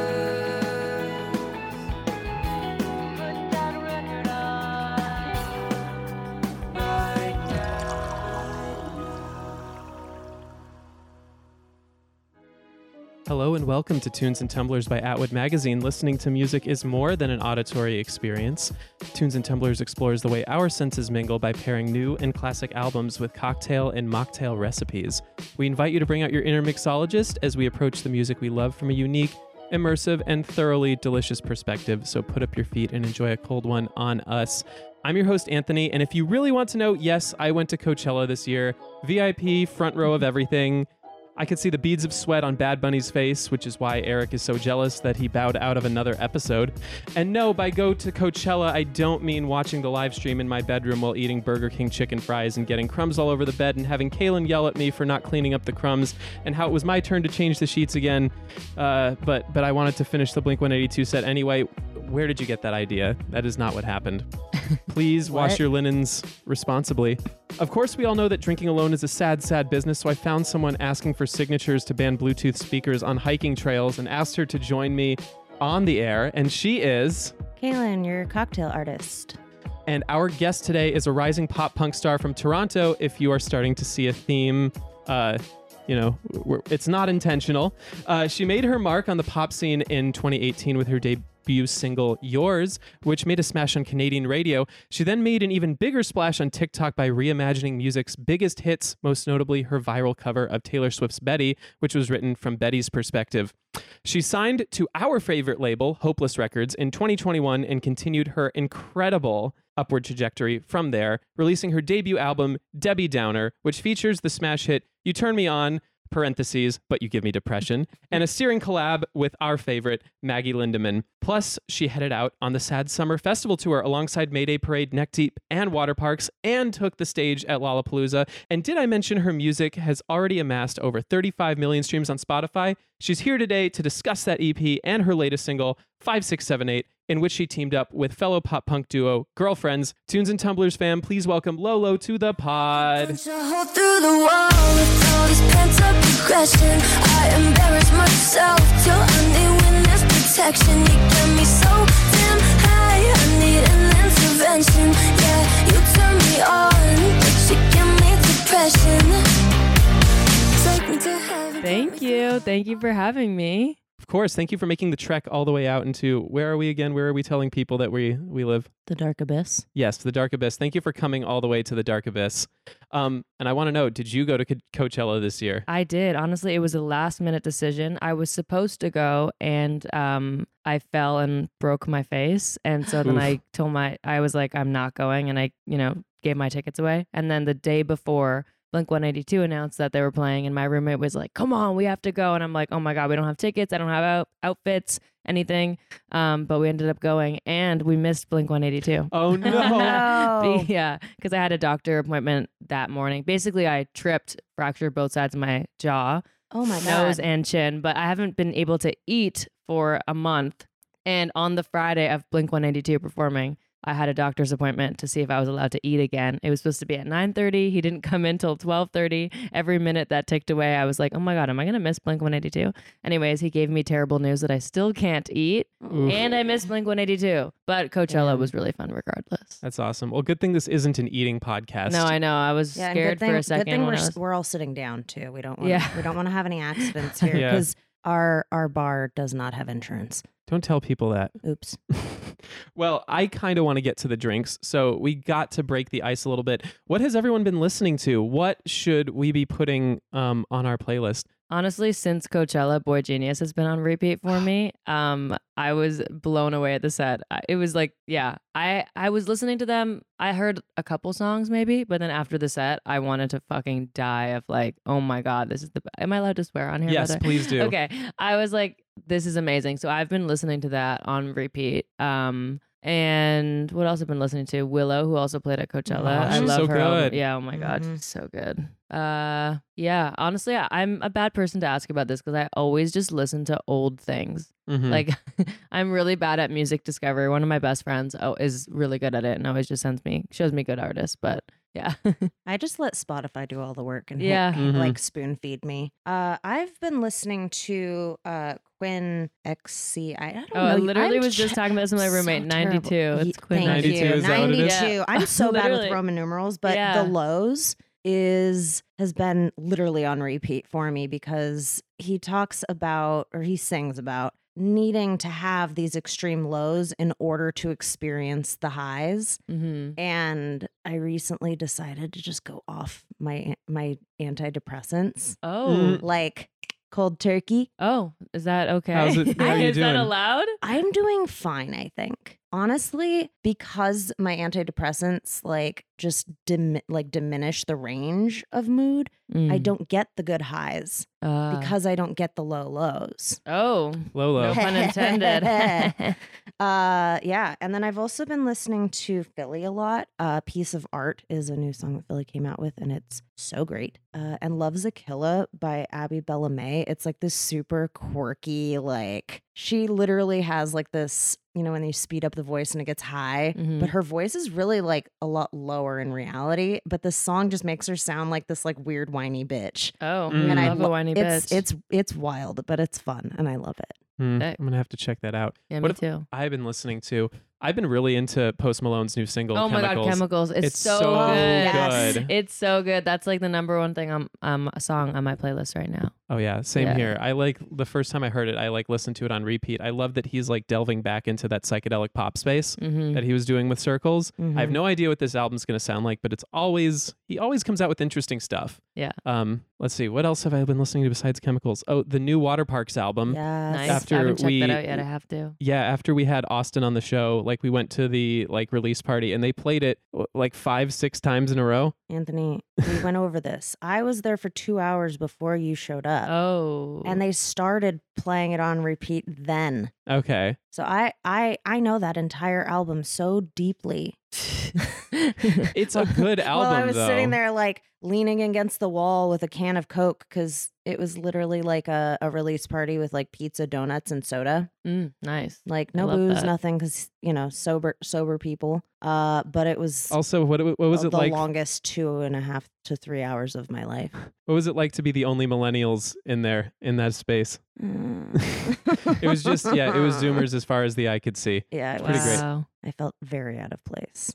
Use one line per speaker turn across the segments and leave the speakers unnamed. tumblers. Put that record on right
Hello and welcome to Tunes and Tumblers by Atwood Magazine. Listening to music is more than an auditory experience. Tunes and Tumblers explores the way our senses mingle by pairing new and classic albums with cocktail and mocktail recipes. We invite you to bring out your inner mixologist as we approach the music we love from a unique, immersive, and thoroughly delicious perspective. So put up your feet and enjoy a cold one on us. I'm your host, Anthony, and if you really want to know, yes, I went to Coachella this year. VIP, front row of everything. I could see the beads of sweat on Bad Bunny's face, which is why Eric is so jealous that he bowed out of another episode. And no, by go to Coachella, I don't mean watching the live stream in my bedroom while eating Burger King chicken fries and getting crumbs all over the bed and having Kaylin yell at me for not cleaning up the crumbs and how it was my turn to change the sheets again. Uh, but but I wanted to finish the Blink 182 set anyway. Where did you get that idea? That is not what happened. Please wash
What?
your linens responsibly. Of course, we all know that drinking alone is a sad, sad business, so I found someone asking for signatures to ban Bluetooth speakers on hiking trails and asked her to join me on the air, and she is.
Kaylin, you're a cocktail artist.
And our guest today is a rising pop punk star from Toronto. If you are starting to see a theme, uh, you know, we're- it's not intentional. Uh, she made her mark on the pop scene in 2018 with her debut single Yours, which made a smash on Canadian radio. She then made an even bigger splash on TikTok by reimagining music's biggest hits, most notably her viral cover of Taylor Swift's Betty, which was written from Betty's perspective. She signed to our favorite label, Hopeless Records, in 2021 and continued her incredible upward trajectory from there, releasing her debut album, Debbie Downer, which features the smash hit You Turn Me On, parentheses, but you give me depression, and a steering collab with our favorite, Maggie Lindemann. Plus, she headed out on the Sad Summer Festival tour alongside Mayday Parade, Neck Deep, and Water Parks, and took the stage at Lollapalooza. And did I mention her music has already amassed over 35 million streams on Spotify? She's here today to discuss that EP and her latest single, 5678, in which she teamed up with fellow pop punk duo Girlfriends. Tunes and Tumblers fam, please welcome Lolo to the pod.
Punch a hole through the wall with all these pent up aggression. I embarrass myself till I need witness protection. You get me so damn high, I need an intervention. Yeah, you turn me on, but you give me depression. Take me to heaven.
Thank you. Thank you for having me.
Of course, thank you for making the trek all the way out into where are we again? Where are we telling people that we we live?
The Dark Abyss.
Yes, the Dark Abyss. Thank you for coming all the way to the Dark Abyss. Um, and I want to know, did you go to Co- Coachella this year?
I did. Honestly, it was a last minute decision. I was supposed to go and um I fell and broke my face. And so then
Oof.
I told my I was like, I'm not going and I, you know, gave my tickets away. And then the day before Blink 182 announced that they were playing, and my roommate was like, Come on, we have to go. And I'm like, Oh my God, we don't have tickets. I don't have out- outfits, anything. Um, but we ended up going and we missed Blink 182.
Oh no.
The- yeah, because I had a doctor appointment that morning. Basically, I tripped, fractured both sides of my jaw,
Oh my
nose, and chin, but I haven't been able to eat for a month. And on the Friday of Blink 182 performing, I had a doctor's appointment to see if I was allowed to eat again. It was supposed to be at 9:30. He didn't come in till 12:30. Every minute that ticked away, I was like, "Oh my god, am I going to miss Blink 182?" Anyways, he gave me terrible news that I still can't eat,
Oof.
and I missed Blink 182. But Coachella
Damn.
was really fun regardless.
That's awesome. Well, good thing this isn't an eating podcast.
No, I know. I was
Yeah, and
scared
good thing,
for a second.
Good thing
when
we're,
I
s-
was-
we're all sitting down too. We don't want
Yeah.
we don't want to have any accidents here
Yeah.
because our our bar does not have insurance.
Don't tell people that.
Oops.
well, I kind of want to get to the drinks, so we got to break the ice a little bit. What has everyone been listening to? What should we be putting um, on our playlist?
Honestly, since Coachella, Boy Genius has been on repeat for me. Um, I was blown away at the set. I- It was like, yeah, I I was listening to them. I heard a couple songs maybe, but then after the set, I wanted to fucking die of like, oh my god, this is the. Am I allowed to swear on here? by
yes,
the way?
please do.
Okay. I was like, this is amazing. So I've been listening to that on repeat. Um, and what else I've been listening to? Willow, who also played at Coachella.
Wow,
I
she's
love
so
her. album.
good.
Yeah. Oh my god,
Mm-hmm.
Mhm.
she's so good. Uh, yeah. Honestly, I- I'm a bad person to ask about this because I always just listen to old things.
Mhm.
Like, I'm really bad at music discovery. One of my best friends oh, is really good at it and always just sends me shows me good artists. But yeah,
Oh,
I just let Spotify do all the work and hit-
Yeah.
like spoon feed me. Uh, I've been listening to uh, Quinn XC. I, I don't
Oh,
know.
I
you-
literally
I'm
was just
ch-
talking about this with my
so
roommate.
terrible.
92. It's
Ye-
Quinn.
thank
92.
you.
Is that what it is?
92.
Yeah.
I'm so bad with
Literally.
Roman numerals, but
Yeah.
the lows is has been literally on repeat for me because he talks about or he sings about needing to have these extreme lows in order to experience the highs
Mm.
Mm-hmm.
and I recently decided to just go off my my antidepressants
Oh.
Mm.
like cold turkey.
Oh, is that okay?
How's it- how are you
is that
doing?
allowed?
I'm doing fine, I think. Honestly, because my antidepressants like just dim- like diminish the range of mood, I don't get the good highs
Mm. Uh,
because I don't get the low lows.
oh,
Lolo.
no pun intended.
Uh yeah, and then I've also been listening to Philly a lot. Uh Piece of Art is a new song that Philly came out with and it's so great. Uh and Love's a Killa by Abby Bellamay. It's like this super quirky like she literally has like this, you know, when you speed up the voice and it gets high,
Mhm.
but her voice is really like a lot lower in reality, but the song just makes her sound like this like weird whiny bitch.
Oh,
Mm.
and
And I
love a
lo-
whiny
It's
bitch.
it's it's wild, but it's fun and I love it.
Hmm,
That-
I'm gonna have to check that out.
yeah, me
what if-
too.
I've been listening to. I've been really into Post Malone's new single.
Oh my
Chemicals.
god, chemicals! It's,
It's
so,
so
good.
Yes.
good.
It's so good. That's like the number one thing on um a song on my playlist right now.
Oh yeah, same
Yeah.
here. I like the first time I heard it, I like listened to it on repeat. I love that he's like delving back into that psychedelic pop space
Mm-hmm.
that he was doing with Circles. I have
Mhm.
no idea what this album's going to sound like, but it's always he always comes out with interesting stuff.
Yeah.
Um, let's see. What else have I been listening to besides Chemicals? Oh, the new Water Parks album.
Yes.
Nice.
after
I haven't checked
we-
that out yet. I have to.
Yeah, after we had Austin on the show, like we went to the like release party and they played it w- like 5 6 times in a row.
Anthony, we went over this. I was there for two hours before you showed up,
Oh,
and they started playing it on repeat then.
Okay.
So I, I, I know that entire album so deeply.
It's a good album
Well, I was
though.
sitting there like leaning against the wall with a can of Coke because it was literally like a, a release party with like pizza, donuts, and soda.
Mm, nice.
Like
I
no
love
booze,
that.
nothing, because you know sober, sober people. Uh, but it was
Also, what what Oh, was it
the
like
longest two and a half to three hours of my life.
What was it like to be the only millennials in there in that space?
it
It was just yeah, it was Zoomers as far as the eye could see.
Yeah, it
Pretty
was.
great.
Wow.
I felt very out of place.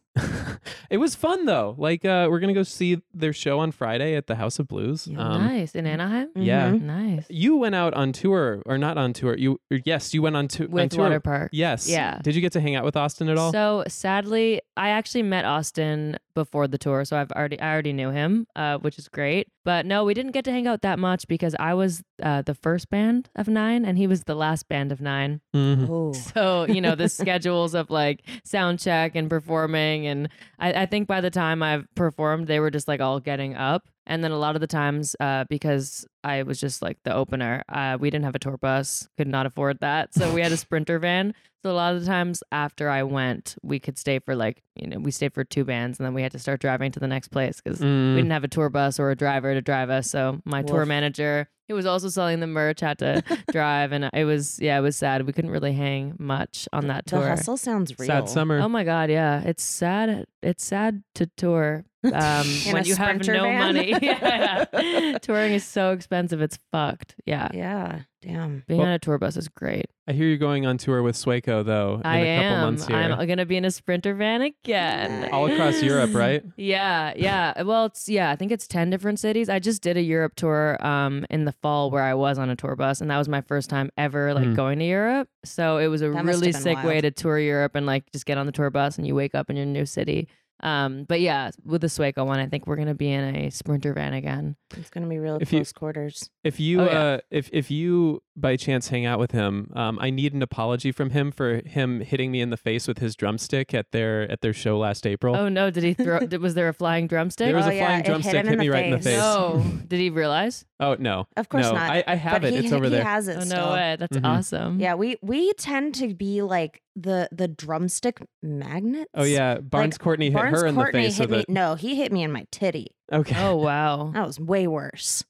it was fun though. Like uh, we're gonna go see their show on Friday at the House of Blues.
Yeah.
nice in Anaheim.
Yeah.
Mhm.
Nice
Um, Hmm? You went out on tour or not on tour? You or yes, you went on, to- on
with
tour.
Water Park.
Yes.
Yeah.
Did you get to hang out with Austin at all?
So sadly, I actually met Austin before the tour, so I've already I already knew him, uh, which is great. But no, we didn't get to hang out that much because I was uh, the first band of nine, and he was the last band of nine.
Mhm.
Oh,
So you know the schedules of like sound check and performing, and I, I think by the time I've performed, they were just like all getting up. And then a lot of the times, uh, because I was just like the opener, uh, we didn't have a tour bus, could not afford that, so we had a sprinter van. So a lot of the times after I went, we could stay for like you know we stayed for two bands, and then we had to start driving to the next place because we
Mm.
didn't have a tour bus or a driver to drive us. So my tour
Woof.
manager, who was also selling the merch, had to drive, and it was yeah, it was sad. We couldn't really hang much on that
the
tour.
hustle sounds real.
Sad summer.
Oh my god, yeah, it's sad. It's sad to tour um,
In
when
a
you have
Sprinter
no
van?
money. Yeah. Touring is so expensive. It's fucked. Yeah,
Yeah, damn.
being
Well-
on a tour bus is great.
I hear you're going on tour with Swaco though in
I
a couple
am.
months here,
I'm gonna be in a Sprinter van again.
all across Europe, right?
Yeah, yeah. Uh, Well, it's yeah. I think it's ten different cities. I just did a Europe tour um in the fall where I was on a tour bus, and that was my first time ever like
Mm.
going to Europe. So it was a
That must
really
have
sick
been
way
wild.
to tour Europe and like just get on the tour bus and you wake up in your new city. Um, but yeah, with the Swaco one, I think we're gonna be in a Sprinter van again.
It's gonna be really
If you-
close quarters.
If you
Oh, yeah.
uh, if if you by chance hang out with him, um, I need an apology from him for him hitting me in the face with his drumstick at their at their show last April.
Oh no, did he throw? did, was there a flying drumstick?
there was
Oh,
a
yeah,
flying
it hit
drumstick
him in the
me right in the face.
face.
no, did he realize?
Oh no,
Of course
no,
not.
I, I have
but
it.
He,
it's over
he
there.
has it.
Oh
still.
no way, that's
Mhm.
awesome.
Yeah, we we tend to be like the the drumstick magnets.
oh yeah, Barnes Courtney hit
Barnes
her in
Courtney
the face with
hit me.
it.
No, he hit me in my titty.
Okay.
Oh wow.
That was way worse.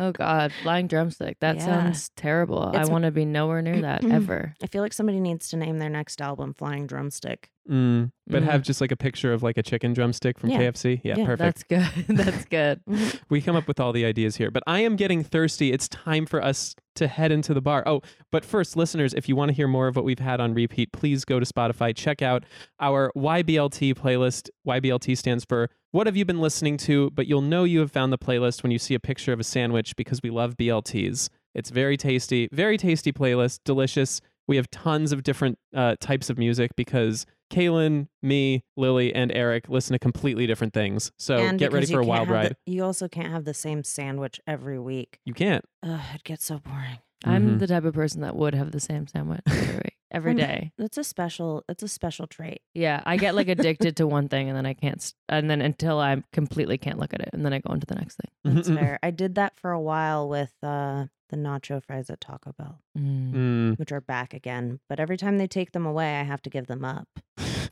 Oh God, flying drumstick. That
Yeah.
sounds terrible. I
It's-
want to be nowhere near that ever.
I feel like somebody needs to name their next album "Flying Drumstick."
Mm. But
Mhm.
have just like a picture of like a chicken drumstick from
Mm-hmm. Yeah.
KFC. Yeah,
Yeah,
perfect.
That's good. That's good.
We come up with all the ideas here, but I am getting thirsty. It's time for us to head into the bar. Oh, but first, listeners, if you want to hear more of what we've had on repeat, please go to Spotify, check out our YBLT playlist. YBLT stands for What Have You Been Listening To? But you'll know you have found the playlist when you see a picture of a sandwich because we love BLTs. It's very tasty, very tasty playlist, delicious. We have tons of different uh, types of music because Kaylin, me, Lily, and Eric listen to completely different things. So
And
get ready
because you
for a
can't
wild
have
ride.
the- you also can't have the same sandwich every week.
you can't.
Ugh, it gets so boring.
I'm
Mhm.
the type of person that would have the same sandwich every week, every
Um,
day.
It's a special. It's a special trait.
Yeah, I get like addicted to one thing and then I can't, s- and then until I completely can't look at it, and then I go into the next thing.
That's fair. I did that for a while with uh, the nacho fries at Taco Bell,
Mm.
Mm.
which are back again. But every time they take them away, I have to give them up.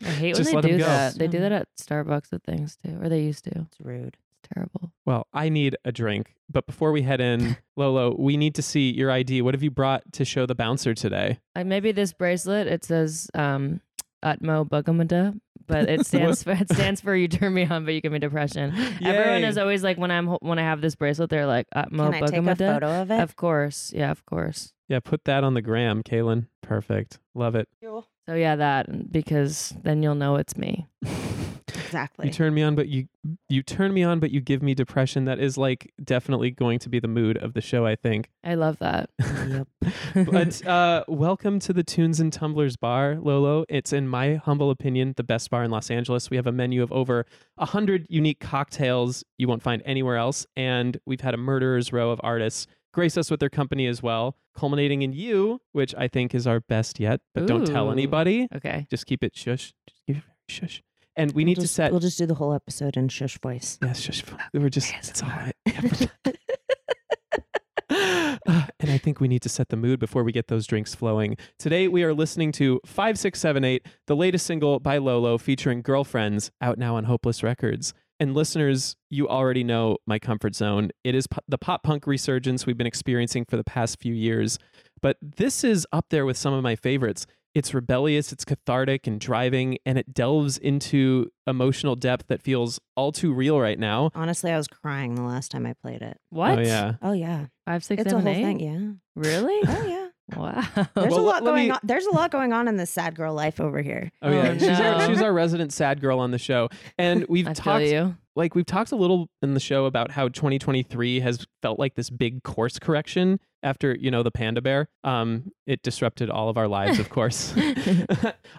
I hate
Just
when
let
they
'em
do
go.
that. They do
So-
that at Starbucks with things too, or they used to.
It's rude.
It's terrible.
Well, I need a drink. But before we head in, Lolo, we need to see your ID. What have you brought to show the bouncer today?
Uh, maybe this bracelet it says um, Atmo Bugamada, but it stands for it stands for you turn me on, but you give me depression. Everyone
Yay.
is always like when I'm ho- when I have this bracelet, they're like "Uh, Atmo
Can I take a
Bugamada.
photo of it?
Of course, yeah, of course.
Yeah, put that on the gram, Kaylin. Perfect. Love it.
So yeah, that and- because then you'll know it's me.
exactly.
You turn me on, but you you turn me on, but you give me depression. That is like definitely going to be the mood of the show, I think.
I love that.
Yep.
But uh, welcome to the Tunes and Tumblers bar, Lolo. It's, in my humble opinion, the best bar in Los Angeles. We have a menu of over 100 unique cocktails you won't find anywhere else. And we've had a murderer's row of artists grace us with their company as well, culminating in you, which I think is our best yet. But don't tell
Ooh.
anybody.
okay.
Just keep it shush. Just keep it shush. And we
We'll
need to
just-
set.
We'll just do the whole episode in shush voice.
Yes, just we're just it's all right. Uh, and I think we need to set the mood before we get those drinks flowing. Today we are listening to 5678, the latest single by Lolo featuring Girlfriends, out now on Hopeless Records. And listeners, you already know my comfort zone. It is po- the pop punk resurgence we've been experiencing for the past few years. But this is up there with some of my favorites. It's rebellious, it's cathartic and driving, and it delves into emotional depth that feels all too real right now.
Honestly, I was crying the last time I played it.
What?
Oh, yeah.
Oh yeah,
Five, six,
it's a
seven,
whole
eight?
thing. Yeah.
Really?
Oh yeah.
wow.
There's
Well,
a
let-
lot
let
going
me-
on. There's a lot going on in this sad girl life over here.
Oh yeah,
Oh,
she's, our,
no.
she's our resident sad girl on the show, and we've
I feel
talked
you.
like we've talked a little in the show about how 2023 has felt like this big course correction after you know the panda bear. Um, it disrupted all of our lives, of course.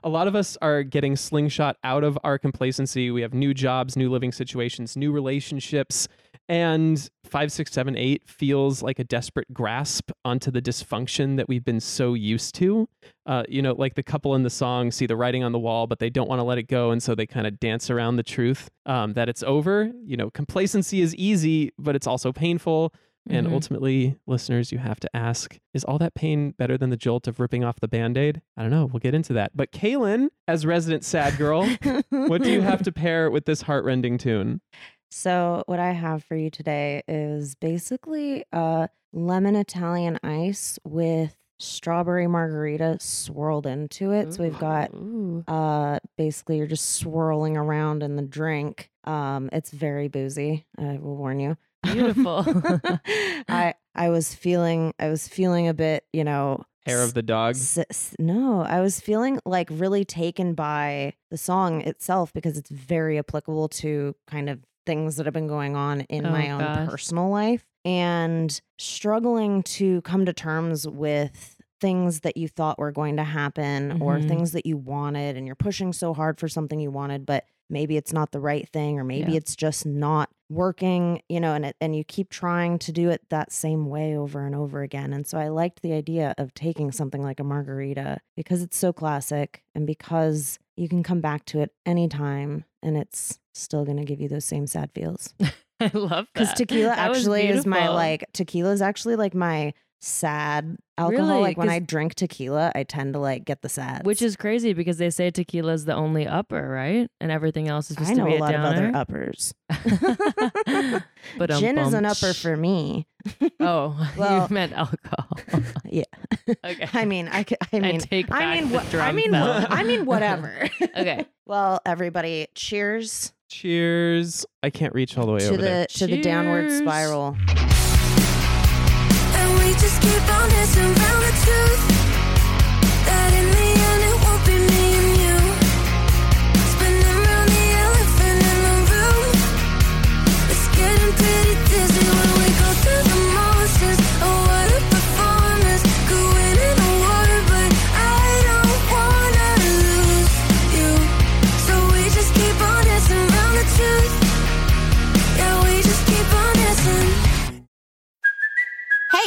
a lot of us are getting slingshot out of our complacency. We have new jobs, new living situations, new relationships. And 5678 feels like a desperate grasp onto the dysfunction that we've been so used to. Uh, you know, like the couple in the song see the writing on the wall, but they don't want to let it go. And so they kind of dance around the truth um, that it's over. You know, complacency is easy, but it's also painful. And
Mhm.
ultimately, listeners, you have to ask is all that pain better than the jolt of ripping off the band aid? I don't know. We'll get into that. But Kaylin, as resident sad girl, Oh, what do you have to pair with this heartrending tune?
So, what I have for you today is basically uh, lemon Italian ice with strawberry margarita swirled into it. So, we've got
Ooh.
uh, basically you're just swirling around in the drink. Um, it's very boozy. I will warn you.
Beautiful.
I I was feeling I was feeling a bit you know
Hair of the dog.
S- s- no, I was feeling like really taken by the song itself because it's very applicable to kind of things that have been going on in
Oh,
my own
gosh.
personal life and struggling to come to terms with things that you thought were going to happen or
Mhm.
things that you wanted and you're pushing so hard for something you wanted but maybe it's not the right thing or maybe
Yeah.
it's just not working you know and it, and you keep trying to do it that same way over and over again and so i liked the idea of taking something like a margarita because it's so classic and because you can come back to it anytime and it's still going to give you those same sad feels
I love that.
because tequila
That was
actually is my
beautiful.
like tequila is actually like my sad alcohol
Really?
like when i
'Cause-
drink tequila i tend to like get the sad
Which is crazy because they say tequila is the only upper, right? And everything else is supposed
i know
to be
a lot of other
downer.
uppers
But
gin is an upper for me
Oh,
Well-
you meant Oh, alcohol.
Yeah.
Okay.
I mean, I, c- I mean,
take
I
back
mean,
the
wha- I
drum
mean,
bell.
wha- I mean, whatever.
okay.
well, everybody, cheers
Cheers. I can't reach all the way
to
over
the
there.
to the downward
Cheers.
spiral.
And we just keep on dancing round the truth That in the end it won't be me and you Spinning round the elephant in the room It's getting pretty dizzy when we go through the motions Oh what a performance Could win an award but I don't wanna lose you So we just keep on dancing round the truth Yeah we just keep on dancing
Hey,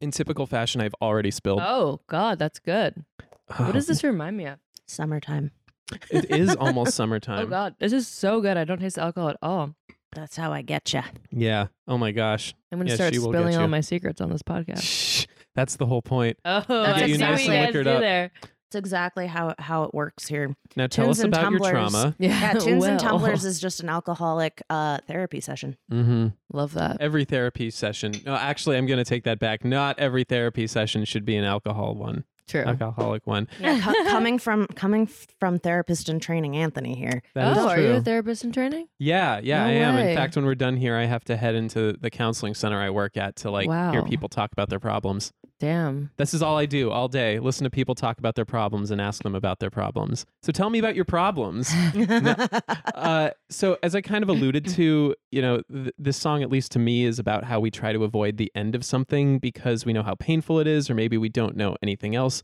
In typical fashion, I've already spilled. Oh,
Oh God, that's good. What does
Oh.
this remind me of?
Summertime.
it is almost
Oh
summertime.
God, this is so good. I don't taste alcohol at all.
That's how I get you.
Yeah. Oh my gosh.
I'm gonna
Yeah,
start
she will get
spilling all
you.
my secrets on this podcast.
Shh. That's the whole point.
Oh,
Get
I
you
see
nice and
what you guys
liquored
do
up.
there.
That's exactly how how it works here.
Now tell
Tunes
us
and
about your
tumblers.
trauma.
Yeah, tunes and
well.
tumblers is just an alcoholic uh, therapy session.
Mm-hmm.
Love that.
Every therapy session. No, actually, I'm going to take that back. Not every therapy session should be an alcohol one,
True.
alcoholic one.
Yeah, co- coming from coming from therapist in training, Anthony here.
That is
oh, are
true.
you a therapist in training?
Yeah, yeah,
No
I am.
way.
In fact, when we're done here, I have to head into the counseling center I work at to like hear
Wow.
people talk about their problems.
Damn.
This is all I do all day. Listen to people talk about their problems and ask them about their problems. So tell me about your problems. uh, so as I kind of alluded to, you know, th- this song, at least to me, is about how we try to avoid the end of something because we know how painful it is, or maybe we don't know anything else.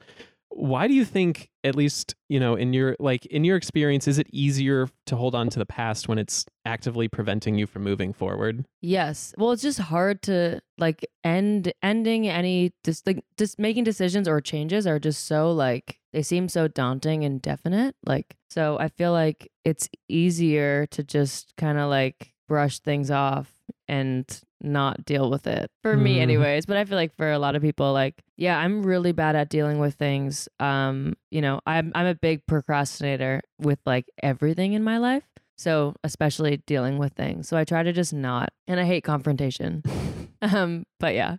Why do you think, at least, you know, in your like in your experience, is it easier to hold on to the past when it's actively preventing you from moving forward?
Yes. Well, it's just hard to like end ending any just like just making decisions or changes are just so like they seem so daunting and definite. Like so, I feel like it's easier to just kind of like brush things off and not deal with it for me
Mhm.
anyways but i feel like for a lot of people like yeah i'm really bad at dealing with things um you know i'm i'm a big procrastinator with like everything in my life so especially dealing with things so i try to just not and i hate confrontation um but yeah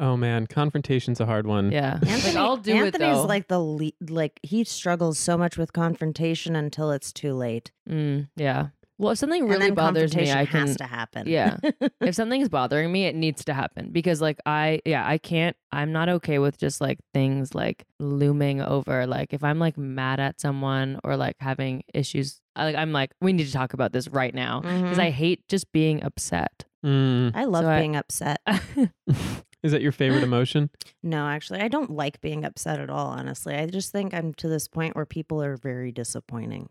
Oh man, confrontation's a hard one.
yeah
Anthony,
like, i'll do
Anthony's
it though
like the le- like he struggles so much with confrontation until it's too late.
Mm, yeah well if something
and
really
then
bothers me
confrontation
i can
has to happen.
Yeah. if something's bothering me, it needs to happen because like I yeah, I can't I'm not okay with just like things like looming over like if I'm like mad at someone or like having issues I, like I'm like we need to talk about this right now because
Mhm.
I hate just being upset.
Mm.
I love
So I-
being upset.
Is that your favorite emotion?
No, actually, I don't like being upset at all. Honestly, I just think I'm to this point where people are very disappointing.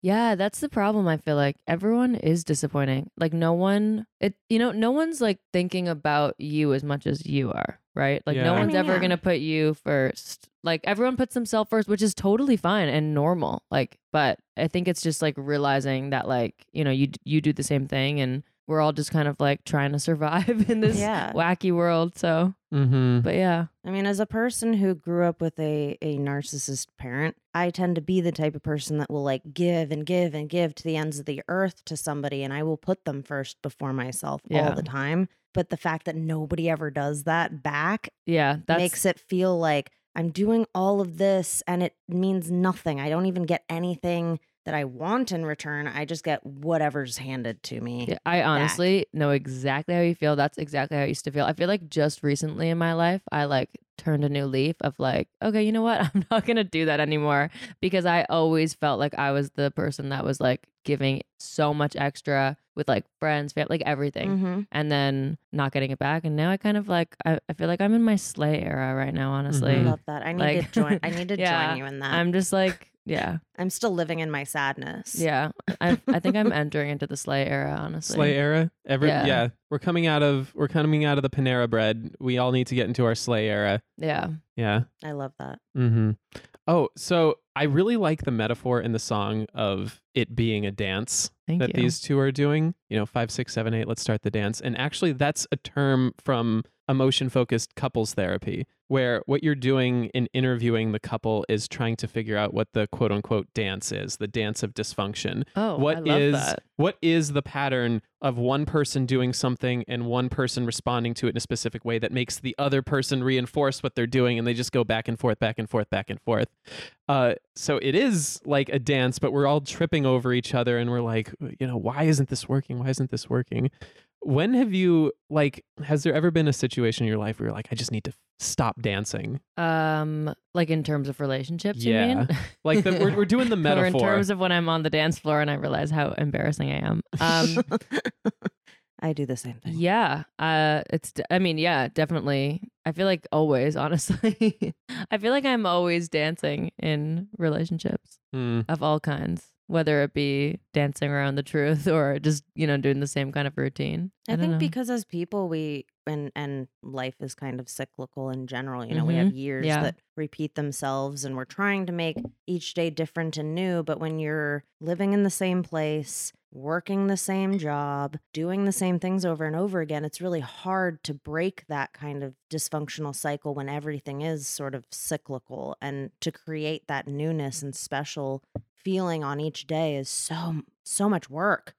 Yeah, that's the problem. I feel like everyone is disappointing. Like no one, it you know, no one's like thinking about you as much as you are, right? Like
Yeah.
no
I
one's
mean,
ever
yeah.
gonna put you first. Like everyone puts themselves first, which is totally fine and normal. Like, but I think it's just like realizing that like you know you d- you do the same thing, and we're all just kind of like trying to survive in this
Yeah.
wacky world. So,
Mm-hmm.
but yeah,
I mean, as a person who grew up with a, a narcissist parent, I tend to be the type of person that will like give and give and give to the ends of the earth to somebody, and I will put them first before myself
Yeah.
all the time. But the fact that nobody ever does that back
yeah, that's
makes it feel like I'm doing all of this and it means nothing. I don't even get anything that I want in return. I just get whatever's handed to me.
Yeah, I honestly know exactly how you feel. That's exactly how I used to feel. I feel like just recently in my life, I like turned a new leaf of like, okay, you know what? I'm not going to do that anymore because I always felt like I was the person that was like giving so much extra with like friends, fam- like everything,
Mm-hmm.
Mhm.
and then not getting it back. And now I kind of like, I, I feel like I'm in my slay era right now, honestly.
I
Mhm.
love that. I need
Like-
to join. I need to
Yeah,
join you in that. I'm,
I'm just like, yeah,
still living in my sadness.
yeah. I, I think I'm entering into the slay era, honestly.
Slay era. Every
Yeah.
yeah. We're coming out of we're coming out of the Panera Bread. We all need to get into our sleigh era.
Yeah.
Yeah.
I love that.
Mm-hmm. Oh, so I really like the metaphor in the song of it being a dance
Thank
that
you.
these two are doing. You know, five, six, seven, eight, let's start the dance. And actually, that's a term from emotion focused couples therapy, where what you're doing in interviewing the couple is trying to figure out what the quote unquote dance is, the dance of dysfunction.
oh, I
What
love
is
that.
what is the pattern of one person doing something and one person responding to it in a specific way that makes the other person reinforce what they're doing and they just go back and forth back and forth back and forth uh, so it is like a dance but we're all tripping over each other and we're like you know why isn't this working why isn't this working when have you like has there ever been a situation in your life where you're like i just need to stop dancing
Um, like in terms of relationships, you mean?
like the, we're, we're doing the
or in
metaphor
terms of when I'm on the dance floor and I realize how embarrassing I am. Um,
I do the same thing.
yeah. Uh, it's. d- I mean, yeah, definitely. I feel like always, honestly, I feel like I'm always dancing in relationships
Hmm.
of all kinds, whether it be dancing around the truth or just you know doing the same kind of routine.
I,
don't
think
know.
because as people we and and life is kind of cyclical in general. You know, we have years
Mm-hmm, Yeah.
that repeat themselves and we're trying to make each day different and new, but when you're living in the same place, working the same job, doing the same things over and over again, it's really hard to break that kind of dysfunctional cycle when everything is sort of cyclical and to create that newness and special feeling on each day is so so much work.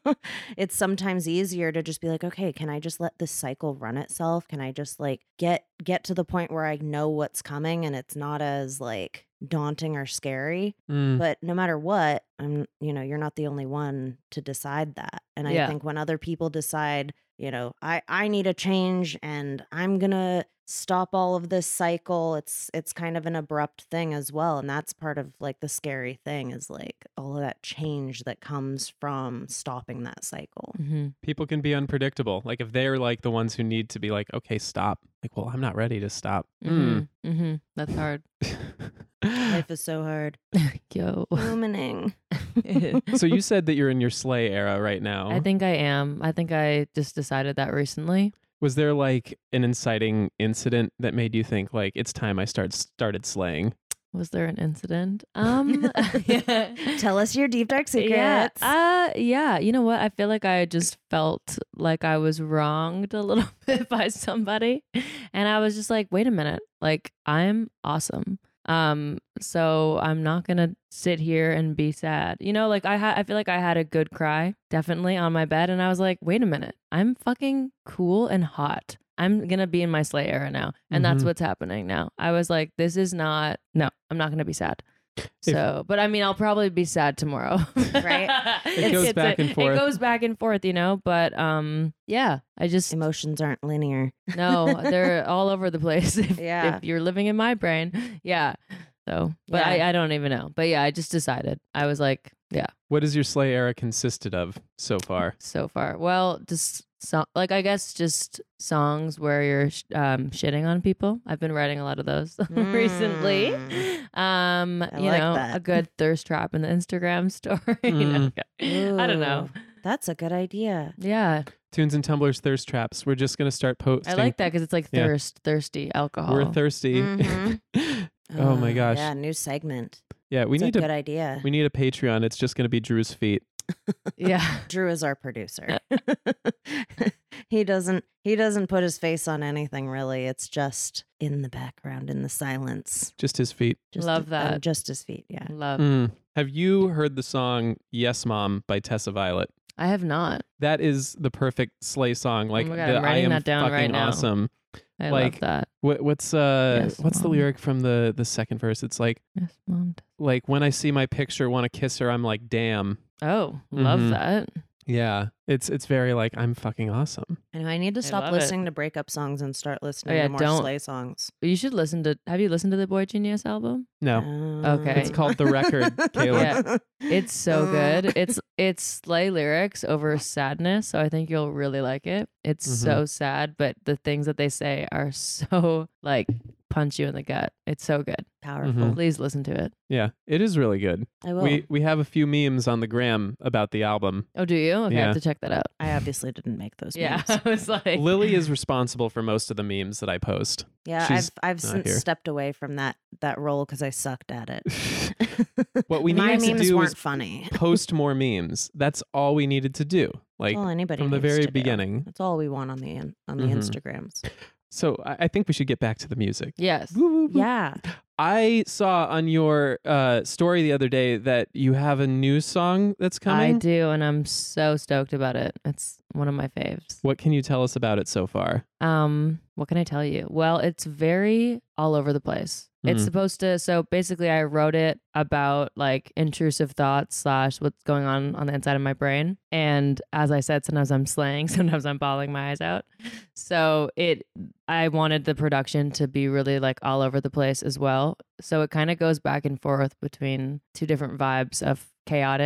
it's sometimes easier to just be like, okay, can I just let this cycle run itself? Can I just like get get to the point where I know what's coming and it's not as like daunting or scary?
Hmm.
But no matter what, I'm you know, you're not the only one to decide that. And I
Yeah.
think when other people decide, you know, I I need a change and I'm going to stop all of this cycle, it's it's kind of an abrupt thing as well, and that's part of like the scary thing is like all of that change that comes from stopping that cycle.
Mhm.
people can be unpredictable. Like if they're like the ones who need to be like, okay, stop. Like, well, I'm not ready to stop. Hmm.
Mhm. Mhm. That's hard.
Life is so hard.
Yo.
Rumining.
so you said that you're in your sleigh era right now.
I think I am. I think I just decided that recently.
Was there like an inciting incident that made you think like it's time I start started sleighing?
Was there an incident? Um, yeah.
Tell us your deep dark secrets.
Yeah. Uh, yeah. You know what? I feel like I just felt like I was wronged a little bit by somebody, and I was just like, wait a minute, like I'm awesome. Um, so I'm not gonna sit here and be sad. You know, like I had, I feel like I had a good cry definitely on my bed, and I was like, wait a minute, I'm fucking cool and hot. I'm gonna be in my sleigh era now, and that's
Mhm.
what's happening now. I was like, this is not. No, I'm not gonna be sad.
If-
So, but I mean, I'll probably be sad tomorrow.
Right.
it
goes back and forth.
It goes back and forth, you know. But um, yeah, I just
Emotions aren't linear.
no, they're all over the place. If,
Yeah.
if you're living in my brain, yeah. So, but
Yeah.
I, I don't even know. But yeah, I just decided. I was like, yeah,
What has your sleigh era consisted of so far?
so far. Well, just so, like I guess just songs where you're sh- um, shitting on people. I've been writing a lot of those recently.
Mm.
Um,
I
you
like
know,
that.
a good thirst trap in the Instagram story. you know?
Mm.
I don't know.
That's a good idea.
Yeah,
Tunes and tumblers, thirst traps. We're just gonna start posting.
I like that because it's like
Yeah.
thirst, thirsty alcohol.
We're thirsty.
Mm-hmm.
Mhm.
Oh my
Uh,
gosh.
Yeah, new segment.
yeah, we
It's
need
a
to.
good idea.
We need a Patreon. It's just gonna be Drew's feet.
yeah.
Drew is our producer. he doesn't he doesn't put his face on anything really. It's just in the background in the silence.
Just his feet.
Just
Love
um,
that. Mm-hmm.
just his feet, yeah.
Love.
Mm. Have you heard the song "Yes, Mom" by Tessa Violet?
I have not.
That is the perfect sleigh song. Like
Oh my God,
the
I'm
I
writing
am
that down
fucking
right now.
awesome.
I
Like-
love that.
What, what's uh
Yes,
what's the
Mom.
lyric from the the second verse? It's like
Yes, mom. does.
like when I see my picture, want to kiss her. I'm like, damn.
Oh, love
Mhm.
that.
Yeah, it's it's very like I'm fucking awesome.
Anyway, I need to stop
love it. Oh,
listening to breakup songs and start listening
yeah,
to more
don't.
sleigh songs.
You should listen to. Have you listened to the Boy Genius album?
No,
Um,
Okay.
it's called the record, Caleb.
Yeah. It's so
Mm.
Um,
good. It's it's sleigh lyrics over sadness, so I think you'll really like it. It's
Mhm.
so sad, but the things that they say are so like punch you in the gut. It's so good.
powerful.
Mhm.
Please listen to it.
Yeah, it is really good.
I will.
We we have a few memes on the gram about the album.
Oh, do you? Okay, I
Yeah.
have to check that out.
I obviously didn't make those.
Yeah,
memes.
I was like,
Lily is responsible for most of the memes that I post.
yeah.
She's
I've I've
not
since
here.
stepped away from that that role because I sucked at it.
What we
My
needed to
memes
do
weren't
is
funny.
post more memes. That's all we needed to do. Like
That's all anybody
from the
needs
very
to do.
beginning.
That's all we want on the in, on the
Mhm.
Instagrams.
So I, I think we should get back to the music.
yes.
Woo, woo, woo.
Yeah.
I saw on your uh, story the other day that you have a new song that's coming.
I do, and I'm so stoked about it. It's one of my faves.
What can you tell us about it so far?
Um, what can I tell you? Well, it's very all over the place. It's
Mhm.
supposed to. So basically, I wrote it about like intrusive thoughts slash what's going on on the inside of my brain. And as I said, sometimes I'm slaying, sometimes I'm bawling my eyes out. So it, I wanted the production to be really like all over the place as well. So it kind of goes back and forth between two different vibes of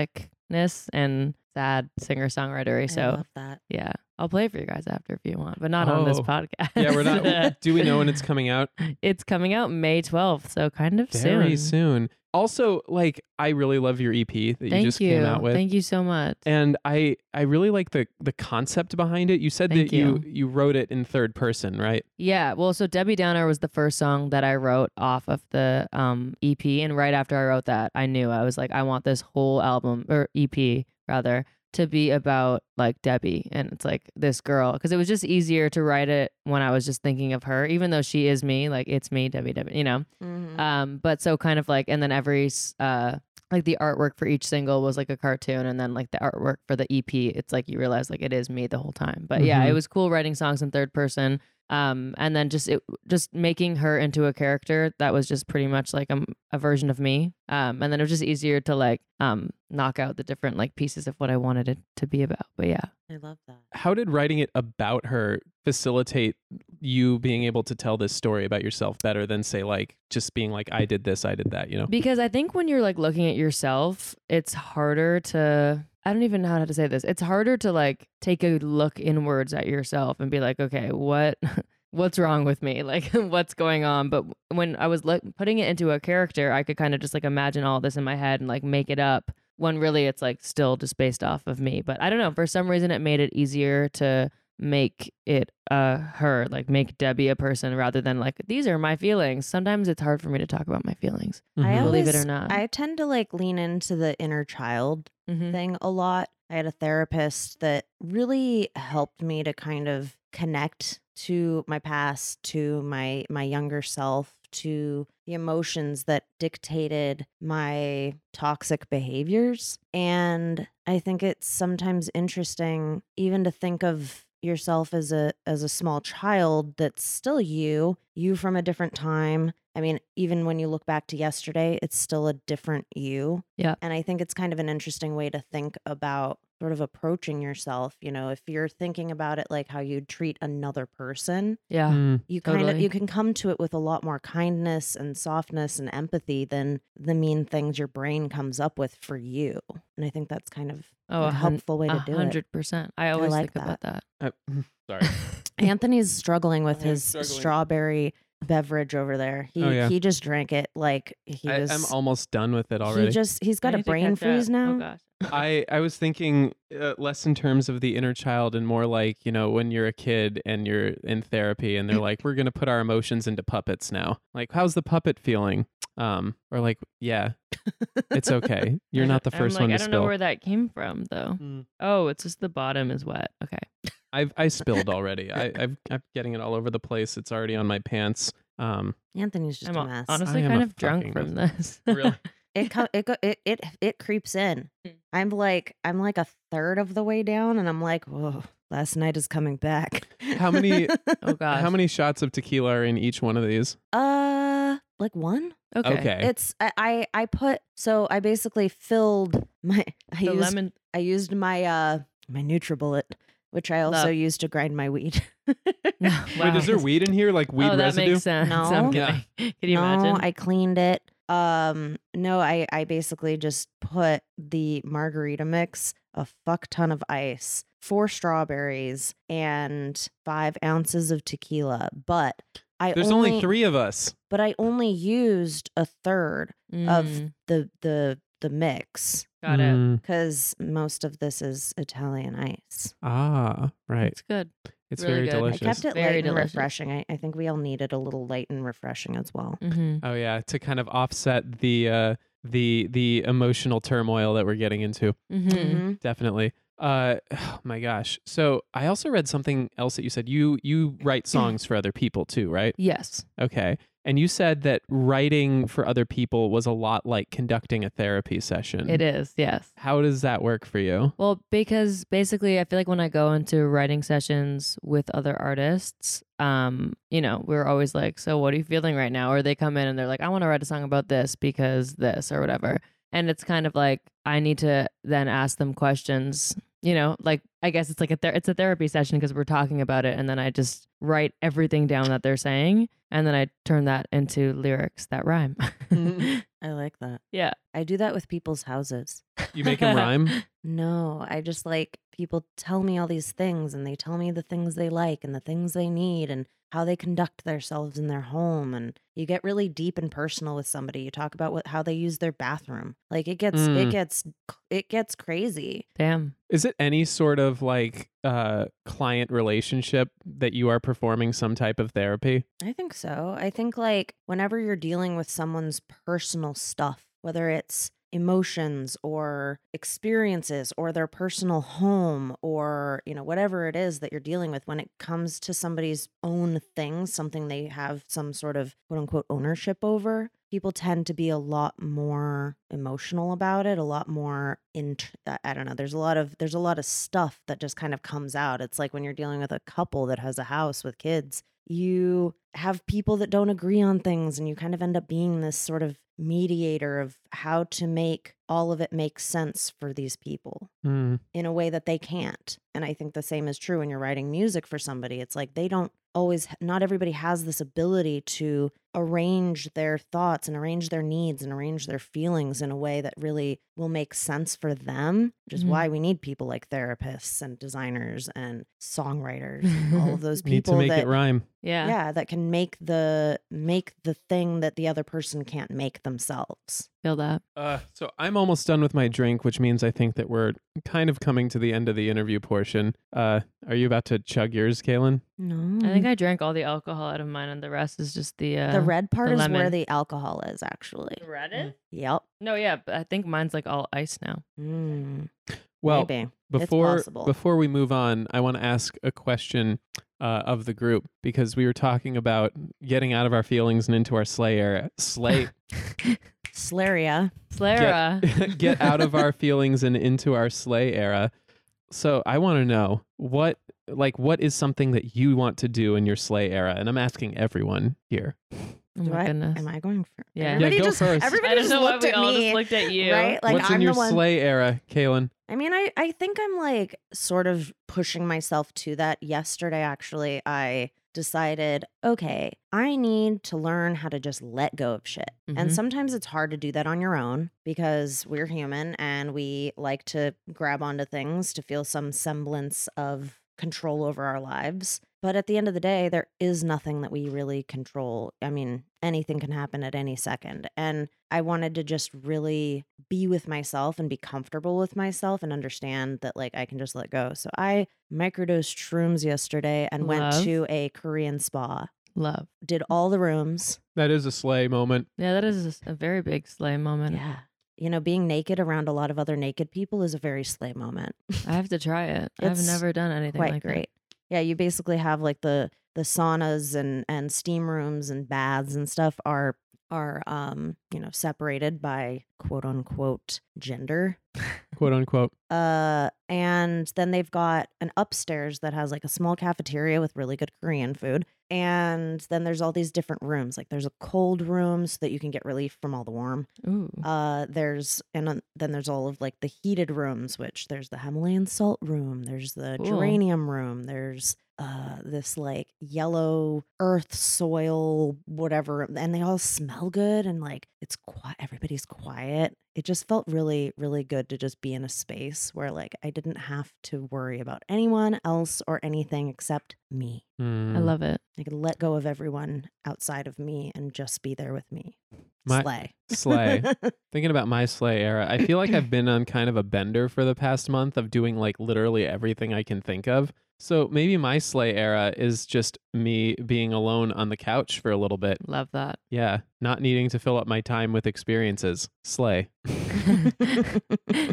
chaoticness and sad singer songwritery.
I
So
love that.
yeah. I'll play it for you guys after if you want, but not on this
Oh.
podcast.
Yeah, we're not. do we know when it's coming out?
It's coming out May 12th, so kind of
Very
soon.
soon. Also, like, I really love your EP that you
Thank
just came out with.
Thank you so much.
and I I really like the the concept behind it. You said
Thank
that you. you wrote it in third person, right?
yeah, well, so Debbie Downer was the first song that I wrote off of the um, EP, and right after I wrote that, I knew I was like, I want this whole album or EP rather to be about like Debbie and it's like this girl because it was just easier to write it when I was just thinking of her, even though she is me, like it's me, Debbie, Debbie, you know.
Mhm.
Um, but so kind of like, and then every s- uh, like the artwork for each single was like a cartoon, and then like the artwork for the EP, it's like you realize like it is me the whole time. But yeah,
Mhm.
it was cool writing songs in third person. Um, and then just it just making her into a character that was just pretty much like a, m- a version of me. Um, and then it was just easier to like um knock out the different like pieces of what I wanted it to be about. But yeah,
I love that.
How did writing it about her facilitate you being able to tell this story about yourself better than say like just being like I did this, I did that, you know?
Because I think when you're like looking at yourself, it's harder to I don't even know how to say this. It's harder to like take a look inwards at yourself and be like, okay, what what's wrong with me? Like what's going on? But when I was look, putting it into a character, I could kind of just like imagine all this in my head and like make it up. When really it's like still just based off of me. But I don't know, for some reason it made it easier to make it uh her like make debbie a person rather than like these are my feelings sometimes it's hard for me to talk about my feelings
I
Mhm.
Believe it
always-
or not.
I tend to like lean into the inner child
Mm-hmm.
thing a lot. I had a therapist that really helped me to kind of connect to my past, to my my younger self, to the emotions that dictated my toxic behaviors. And I think it's sometimes interesting even to think of yourself as a as a small child that's still you, you from a different time. I mean, even when you look back to yesterday, it's still a different you. And I think it's kind of an interesting way to think about sort of approaching yourself. You know, if you're thinking about it like how you'd treat another person,
Yeah.
Mm.
you kind of
Totally.
you can come to it with a lot more kindness and softness and empathy than the mean things your brain comes up with for you. And I think that's kind of
Oh,
a
a hun-
helpful way
a
to do it.
hundred percent. I always
like
think about that.
I- sorry.
Anthony's struggling with
I am
his
struggling.
strawberry beverage over there. He
Oh, yeah.
he just drank it like he
I,
was
I'm almost done with it
he
already.
just he's got
I
a
need to
brain
catch up.
freeze now.
Oh gosh.
I I was thinking uh, less in terms of the inner child and more like you know when you're a kid and you're in therapy
Mm.
and they're like we're gonna put our emotions into puppets now. Like how's the puppet feeling? Um or like yeah, it's okay. You're
I
not the
don't- I'm
1st
like,
one
I
to
don't
spill.
know where that came from though.
Hmm.
Mm.
Oh, it's just the bottom is wet. Okay.
I've I spilled already. I I've, I'm getting it all over the place. It's already on my pants. Um
Anthony's just
I'm
a
hon-
mess.
honestly
I am
kind
a
of drunk
fucking
from this.
really.
it co- it, go- it it it creeps in.
Hmm.
I'm like I'm like a third of the way down, and I'm like, whoa, last night is coming back.
How many-
oh gosh.
How many shots of tequila are in each one of these?
uh, like one.
Okay.
It's I, I I put so I basically filled my I
The
used
lemon.
I used my uh my NutriBullet, which I also
Love.
used to grind my weed.
No,
Wait, is there
wow.
weed in here? Like weed
oh, that
residue?
makes sense.
No.
I'm
Yeah.
kidding. Can you
no,
imagine?
Oh, I cleaned it. Um, no, I I basically just put the margarita mix, a fuck ton of ice, four strawberries, and five ounces of tequila. But I
There's only, three of us.
but I only used a third
Mm,
of the the the mix
got it.
Mm,
because most of this is Italian ice.
Ah, right.
It's good.
It's
really
very
good. I
delicious.
I kept it
Very
light and
delicious.
refreshing. I, I think we all needed a little light and refreshing as well.
Mm-hmm.
Oh yeah, to kind of offset the uh, the the emotional turmoil that we're getting into.
Mm-hmm.
Mhm.
Definitely. Uh, oh my gosh. So I also read something else that you said. You you write songs for other people too, right?
Yes.
Okay. And you said that writing for other people was a lot like conducting a therapy session.
It is. Yes.
How does that work for you?
Well, because basically, I feel like when I go into writing sessions with other artists, um, you know, we're always like, "So, what are you feeling right now?" Or they come in and they're like, "I want to write a song about this because this or whatever," and it's kind of like I need to then ask them questions. You know, like I guess it's like a ther- it's a therapy session because we're talking about it, and then I just write everything down that they're saying, and then I turn that into lyrics that rhyme.
I like that.
yeah,
I do that with people's houses.
You make them rhyme.
No, I just like people tell me all these things and they tell me the things they like and the things they need and how they conduct themselves in their home and you get really deep and personal with somebody. You talk about what how they use their bathroom. Like it gets
Mm.
it gets c- it gets crazy.
damn.
Is it any sort of like uh, client relationship that you are performing some type of therapy?
I think so. I think like whenever you're dealing with someone's personal stuff, whether it's emotions or experiences or their personal home or you know whatever it is that you're dealing with when it comes to somebody's own thing something they have some sort of quote unquote ownership over people tend to be a lot more emotional about it a lot more in I- i don't know there's a lot of there's a lot of stuff that just kind of comes out it's like when you're dealing with a couple that has a house with kids you have people that don't agree on things and you kind of end up being this sort of mediator of how to make all of it make sense for these people
Mm.
in a way that they can't and i think the same is true when you're writing music for somebody it's like they don't always not everybody has this ability to arrange their thoughts and arrange their needs and arrange their feelings in a way that really will make sense for them which is
Mhm.
Mm-hmm.
why we need people like therapists and designers and songwriters and all of those
Need
people
to make
that
it rhyme.
Yeah.
yeah that can make the make the thing that the other person can't make themselves
Feel that.
Uh, so I'm almost done with my drink, which means I think that we're kind of coming to the end of the interview portion. Uh, are you about to chug yours, Kaylin?
no
I think I drank all the alcohol out of mine, and the rest is just the uh,
Mm-hmm. the red part
the
is where
lemon.
the alcohol is actually
Red
is?
yep
Mm-hmm. No, yeah, but I think mine's like all ice now.
mm,
Well,
maybe
before
possible.
before we move on, I want to ask a question uh, of the group because we were talking about getting out of our feelings and into our slay area. Slay.
slaria
Slara.
get out of our feelings and into our slay era. So I want to know what like what is something that you want to do in your slay era? And I'm asking everyone here.
oh
Do
my
I-
goodness.
am i going for
Yeah. Yeah,
everybody
go
just
first.
I
everybody
don't
just
know why
looked
we
at
all
me
just looked at you.
right like
What's
i'm
in your
the one
slay era, Kaylin?
I mean, I, I think I'm like sort of pushing myself to that. Yesterday, actually, I decided, okay, I need to learn how to just let go of shit.
Mhm.
And sometimes it's hard to do that on your own because we're human and we like to grab onto things to feel some semblance of control over our lives. But at the end of the day, there is nothing that we really control. I mean, anything can happen at any second. And I wanted to just really be with myself and be comfortable with myself and understand that like I can just let go. So I microdosed shrooms yesterday and
Love. Mm.
went to a Korean spa.
Love.
Did all the rooms.
That is a slay moment.
Yeah, that is a s- a very big slay moment.
Yeah. You know, being naked around a lot of other naked people is a very slay moment.
I have to try it. I've
It's
never done anything
Quite
like that.
great. Yeah, you basically have like the the saunas and and steam rooms and baths and stuff are are um, you know, separated by quote unquote gender.
Quote unquote.
Uh, and then they've got an upstairs that has like a small cafeteria with really good Korean food. And then there's all these different rooms. Like there's a cold room so that you can get relief from all the warm.
Ooh.
Uh, there's and uh, then there's all of like the heated rooms, which there's the Himalayan salt room, there's the
Cool.
geranium room, there's uh this like yellow earth soil whatever and they all smell good and like it's quiet everybody's quiet it just felt really, really good to just be in a space where like I didn't have to worry about anyone else or anything except me.
Hmm,
I
Mm.
love it.
I could let go of everyone outside of me and just be there with me.
My-
Slay.
Slay. Thinking about my sleigh era, I feel like I've been on kind of a bender for the past month of doing like literally everything I can think of. So maybe my sleigh era is just me being alone on the couch for a little bit.
Love that.
Yeah, not needing to fill up my time with experiences. Slay.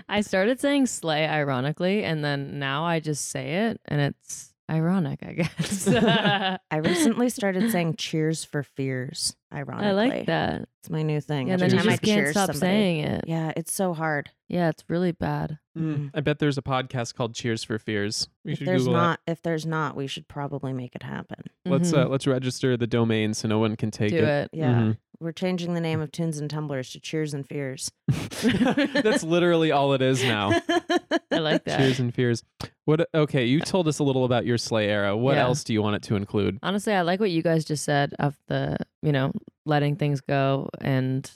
I started saying slay ironically, and then now I just say it, and it's ironic, I guess.
I recently started saying cheers for fears, ironically.
I like that.
It's my new thing.
Yeah, and
Every
then you
time I
just can't
cheer
stop
somebody-
saying it.
Yeah, it's so hard.
Yeah, it's really bad.
Mm.
I bet there's a podcast called Cheers for Fears. We
If
should
there's
Google
not if there's not, we should probably make it happen.
it. Let's
Mhm.
uh, let's register the domain so no one can take
do
it.
it.
Yeah.
Mhm.
We're changing the name of Tunes and Tumblers to Cheers and Fears.
That's literally all it is now.
I like that.
Cheers and fears. What? Okay, you told us a little about your sleigh era. What
Yeah.
else do you want it to include?
Honestly, I like what you guys just said of the, you know, letting things go and,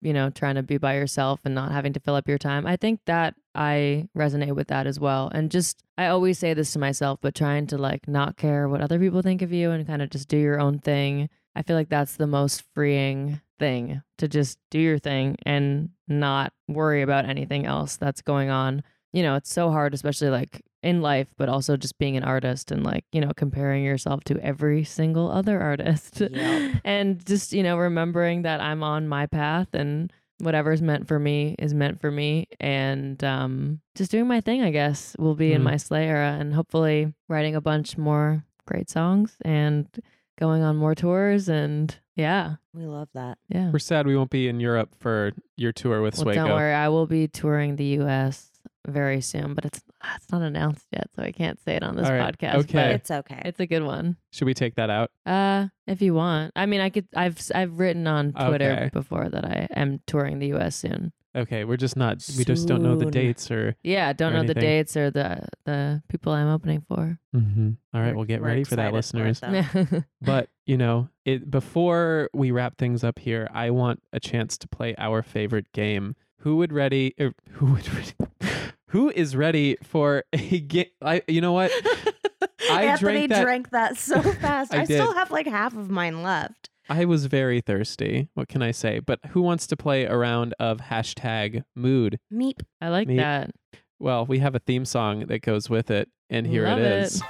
you know, trying to be by yourself and not having to fill up your time. I think that I resonate with that as well. And just, I always say this to myself, but trying to like not care what other people think of you and kind of just do your own thing. I feel like that's the most freeing thing to just do your thing and not worry about anything else that's going on. You know, it's so hard, especially like in life, but also just being an artist and like, you know, comparing yourself to every single other artist.
Yep.
and just, you know, remembering that I'm on my path and whatever's meant for me is meant for me. And um, just doing my thing, I guess, will be in
Mhm.
my Slay era and hopefully writing a bunch more great songs and going on more tours and yeah,
We love that.
yeah.
We're sad we won't be in Europe for your tour with
Well,
Swaco.
don't worry, I will be touring the U.S. very soon, but it's it's not announced yet, so I can't say it on this
All right,
podcast.
okay.
It's okay.
but it's a good one.
Should we take that out?
Uh, if you want, I mean, I could. I've s- I've written on Twitter
Okay.
before that I am touring the U.S. soon.
Okay, we're just not. We just don't know the
Soon.
dates or.
Yeah, don't
Or
know the
anything.
dates or the the people I'm opening for.
Mhm. All right,
We're-
we'll get
we're
ready for that,
excited for it,
listeners.
though.
but you know, it before we wrap things up here, I want a chance to play our favorite game. Who would ready? er, who would ready? Who is ready for a game? I, you know what? I
Anthony
drank that-
drank that so fast.
I
I, still
did.
have like half of mine left.
I was very thirsty. What can I say? But who wants to play a round of hashtag mood?
Meep.
I like
Me-
that.
Well, we have a theme song that goes with it, and here
Love
it
it.
is.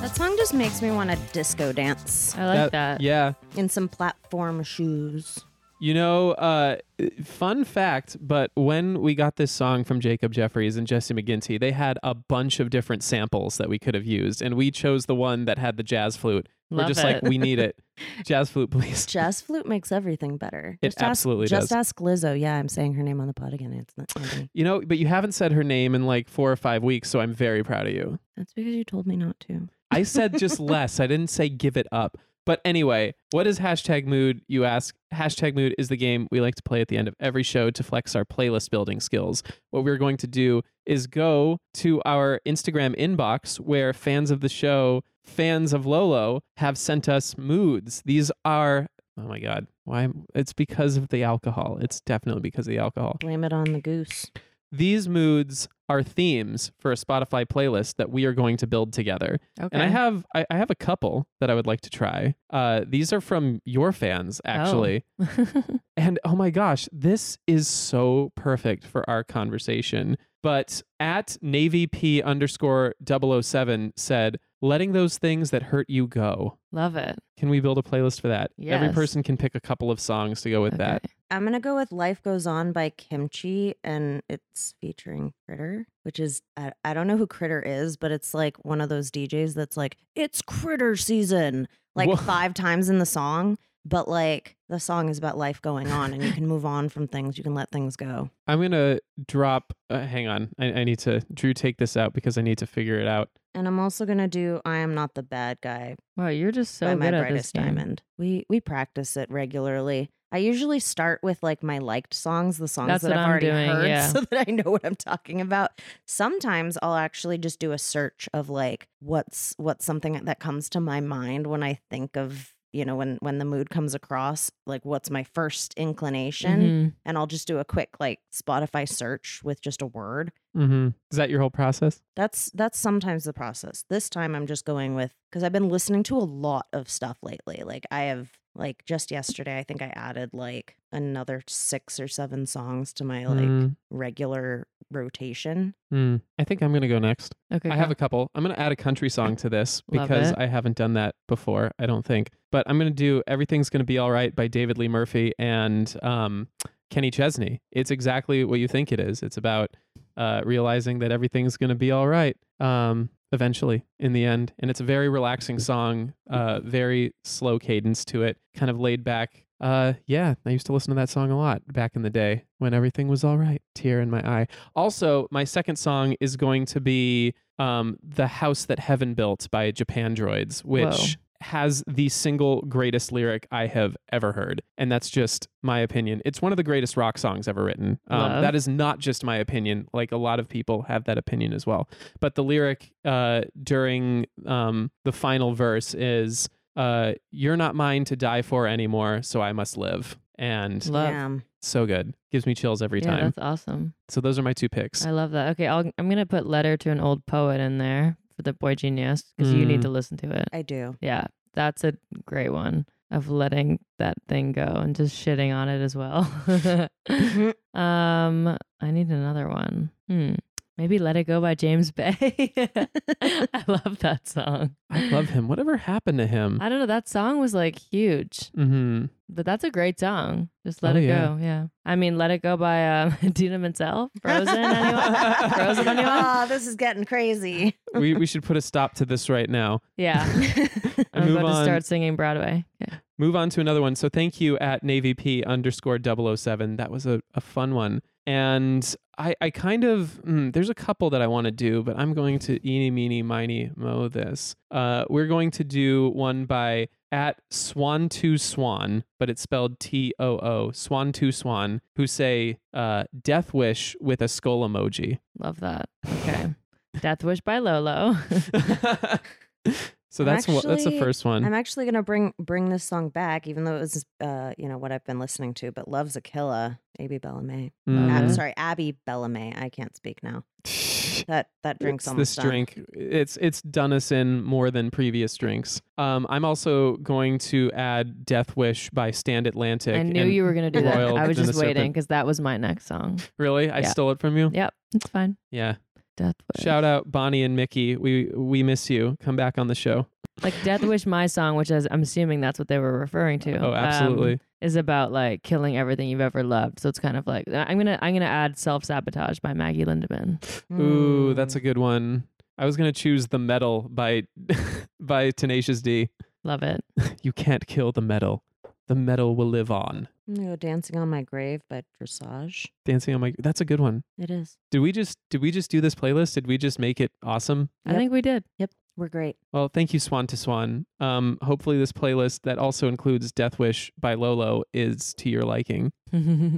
That song just makes me want to disco dance
I like that.
Yeah.
in some platform shoes.
You know, uh, fun fact, but when we got this song from Jacob Jeffries and Jesse McGinty, they had a bunch of different samples that we could have used, and we chose the one that had the jazz flute. We're
Love
just like,
it.
we need it. jazz flute, please.
Jazz flute makes everything better.
It
just ask-
absolutely
just
does.
ask Lizzo. Yeah, I'm saying her name on the pod again. It's not funny.
You know, but you haven't said her name in like four or five weeks, so I'm very proud of you.
That's because you told me not to.
I said just less. I didn't say give it up. But anyway, what is hashtag mood? You ask. Hashtag mood is the game we like to play at the end of every show to flex our playlist building skills. What we're going to do is go to our Instagram inbox where fans of the show, fans of Lolo, have sent us moods. These are, oh my God, why? It's because of the alcohol. It's definitely because of the alcohol.
Blame it on the goose.
These moods are themes for a Spotify playlist that we are going to build together.
Okay.
And I have I, I have a couple that I would like to try. Uh, these are from your fans
Oh.
actually, and oh my gosh, this is so perfect for our conversation. But at Navy P underscore 007 said, "Letting those things that hurt you go."
Love it.
Can we build a playlist for that? Every
Yes.
person can pick a couple of songs to go with that.
Okay.
I'm gonna go with "Life Goes On" by Kimchi, and it's featuring Critter, which is I, I don't know who Critter is, but it's like one of those DJs that's like it's Critter season, like
Whoa.
five times in the song. but like the song is about life going on and you can move on from things. You can let things go.
I'm gonna drop. Uh, hang on, I, I need to. Drew, take this out because I need to figure it out.
And I'm also going to do I Am Not the Bad Guy
Wow, you're just so
by
good
my
at this
brightest
game.
diamond. We we practice it regularly. I usually start with like my liked songs, the songs
That's
that
what
I've
I'm
already
doing,
heard,
yeah.
so that I know what I'm talking about. Sometimes I'll actually just do a search of like what's what's something that comes to my mind when I think of you know when when the mood comes across like what's my first inclination
Mhm.
and i'll just do a quick like spotify search with just a word
Mm-hmm. Is that your whole process?
that's that's sometimes the process. This time I'm just going with because I've been listening to a lot of stuff lately. Like I have like just yesterday I think I added like another 6 or 7 songs to my like
Mm,
regular rotation.
Hmm.
mm. I think I'm gonna go next.
Mm-hmm. Okay.
I have a couple. I'm gonna add a country song to this
Love
because
it.
I haven't done that before. I don't think. But I'm gonna do "Everything's Gonna Be All Right" by David Lee Murphy and um, Kenny Chesney. It's exactly what you think it is. It's about uh, realizing that everything's gonna be all right um, eventually, in the end. And it's a very relaxing song. Uh, very slow cadence to it. Kind of laid back. Uh, yeah, I used to listen to that song a lot back in the day when everything was all right. Tear in my eye. Also, my second song is going to be um, The House That Heaven Built by Japan Droids, which has the single greatest lyric I have ever heard. And that's just my opinion. It's one of the greatest rock songs ever written. Um,
Love.
that is not just my opinion. Like a lot of people have that opinion as well. But the lyric uh, during um, the final verse is uh, You're not mine to die for anymore, so I must live. And
love. Yeah,
Damn.
so good. Gives me chills every time.
that's awesome.
So those are my two picks.
I love that. Okay, I'll, I'm gonna put "Letter to an Old Poet" in there for the boy genius because you
Mm.
need to listen to it.
I do.
Yeah, that's a great one of letting that thing go and just shitting on it as well.
Mm-hmm.
um, I need another one. Hmm. Maybe "Let It Go" by James Bay. I love that song.
I love him. Whatever happened to him?
I don't know. That song was like huge,
hmm
but that's a great song. Just let
Oh,
it
yeah.
go. Yeah. I mean, let it go by um, Dina Menzel. Frozen. Anyone? Frozen. Anyone?
Ah, this is getting crazy.
we we should put a stop to this right now.
Yeah.
And
I'm
move
about
on.
to start singing Broadway. Yeah.
Move on to another one. So thank you at Navy P underscore 007. That was a, a fun one. And I, I kind of, mm, there's a couple that I want to do, but I'm going to eeny, meeny, miny, mo this. Uh, we're going to do one by at Swan to Swan, but it's spelled T O O, Swan to Swan, who say uh, death wish with a skull emoji.
Love that. Okay. Death Wish by Lolo.
so that's, one that's the
actually-
first one.
I'm actually going to bring bring this song back even though it was uh you know what I've been listening to, but Love's a Killer, Abby Bellamy.
Mm.
I'm sorry, Abby Bellamy. I can't speak now. That that drink's
It's
almost
this
done.
drink it's it's done us in more than previous drinks um i'm also going to add death wish by stand atlantic
I knew
and-
you were going to do that.
Royal
I was
and the
just waiting
Serpent.
because that was my next song.
really i
Yeah.
stole it from you
Yep. It's fine.
yeah
Death Wish.
shout out bonnie and mickey we we miss you come back on the show
Like Death Wish, my song, which is, I'm assuming that's what they were referring to.
oh
um,
absolutely
is about like killing everything you've ever loved. So it's kind of like I'm gonna I'm gonna add self sabotage by Maggie Lindemann.
ooh that's a good one i was going to choose the metal by by tenacious d
Love it.
you can't kill the metal the metal will live on
I'm gonna go dancing on my grave by Dressage.
dancing on my that's a good one
It is.
did we just did we just do this playlist did we just make it awesome
I
Yep.
think we did.
We're great.
Well, thank you, Swan to Swan. Um, hopefully, this playlist that also includes Death Wish by Lolo is to your liking.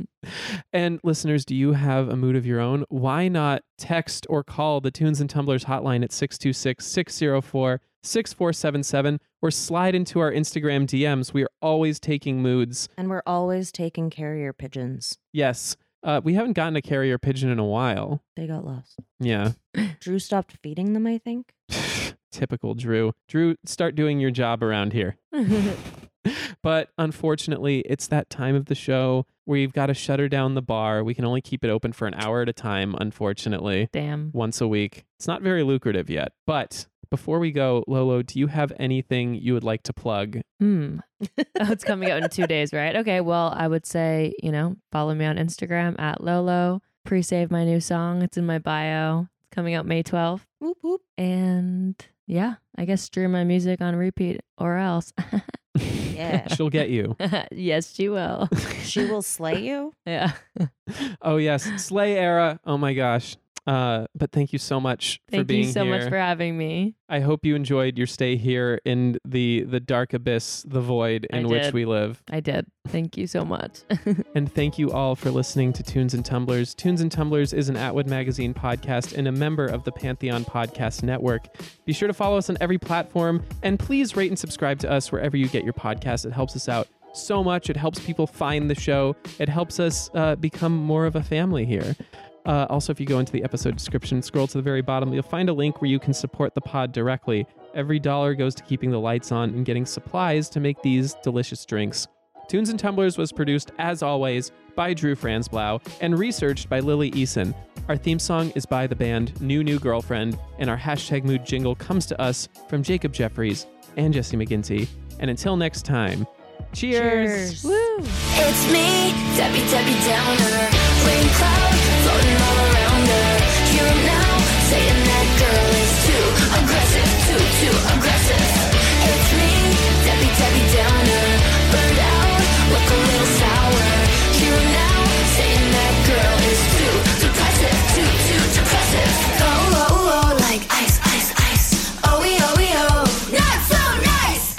And listeners, do you have a mood of your own? Why not text or call the Tunes and Tumblers hotline at 626 604 6477 or slide into our Instagram DMs? We are always taking moods.
And we're always taking carrier pigeons.
Yes, uh, we haven't gotten a carrier pigeon in a while.
They got lost.
Yeah.
Drew stopped feeding them, I think.
Typical Drew. Drew, start doing your job around here. but unfortunately, it's that time of the show where you've got to shutter down the bar. We can only keep it open for an hour at a time, unfortunately,
Damn.
once a week. It's not very lucrative yet. But before we go, Lolo, do you have anything you would like to plug?
Hmm. Oh, it's coming out in two days, right? Okay. Well, I would say you know follow me on Instagram at Lolo. Pre-save my new song. It's in my bio. It's coming out May 12th.
Whoop whoop.
And yeah, I guess stream my music on repeat or else.
Yeah.
She'll get you.
yes, she will.
she will slay you.
yeah.
Oh yes, Slay era. Oh my gosh. Uh, but thank you so much for
Thank
being
you so
here.
much for having me.
I hope you enjoyed your stay here in the the dark abyss, the void
I
in which
did.
we live.
I did. Thank you so much.
And thank you all for listening to Tunes and Tumblers. Tunes and Tumblers is an Atwood Magazine podcast and a member of the Pantheon Podcast Network. Be sure to follow us on every platform and please rate and subscribe to us wherever you get your podcast. It helps us out so much. It helps people find the show, it helps us uh, become more of a family here. Uh, also, if you go into the episode description, scroll to the very bottom, you'll find a link where you can support the pod directly. Every dollar goes to keeping the lights on and getting supplies to make these delicious drinks. Tunes and Tumblers was produced, as always, by Drew Franzblau and researched by Lily Eason. Our theme song is by the band New New Girlfriend, and our hashtag mood jingle comes to us from Jacob Jeffries and Jesse McGinty. And until next time, cheers.
Woo.
It's me, Debbie Debbie Downer. Rain cloud floating all around her. Here and now, saying that girl is too aggressive, too, too aggressive. It's me, Debbie Debbie Downer. Burned out, look a little sour. Here and now, saying that girl is too depressive, too, too depressive. Oh, oh, oh, like ice, ice, ice. Oh, we, oh, we, oh. Not so nice!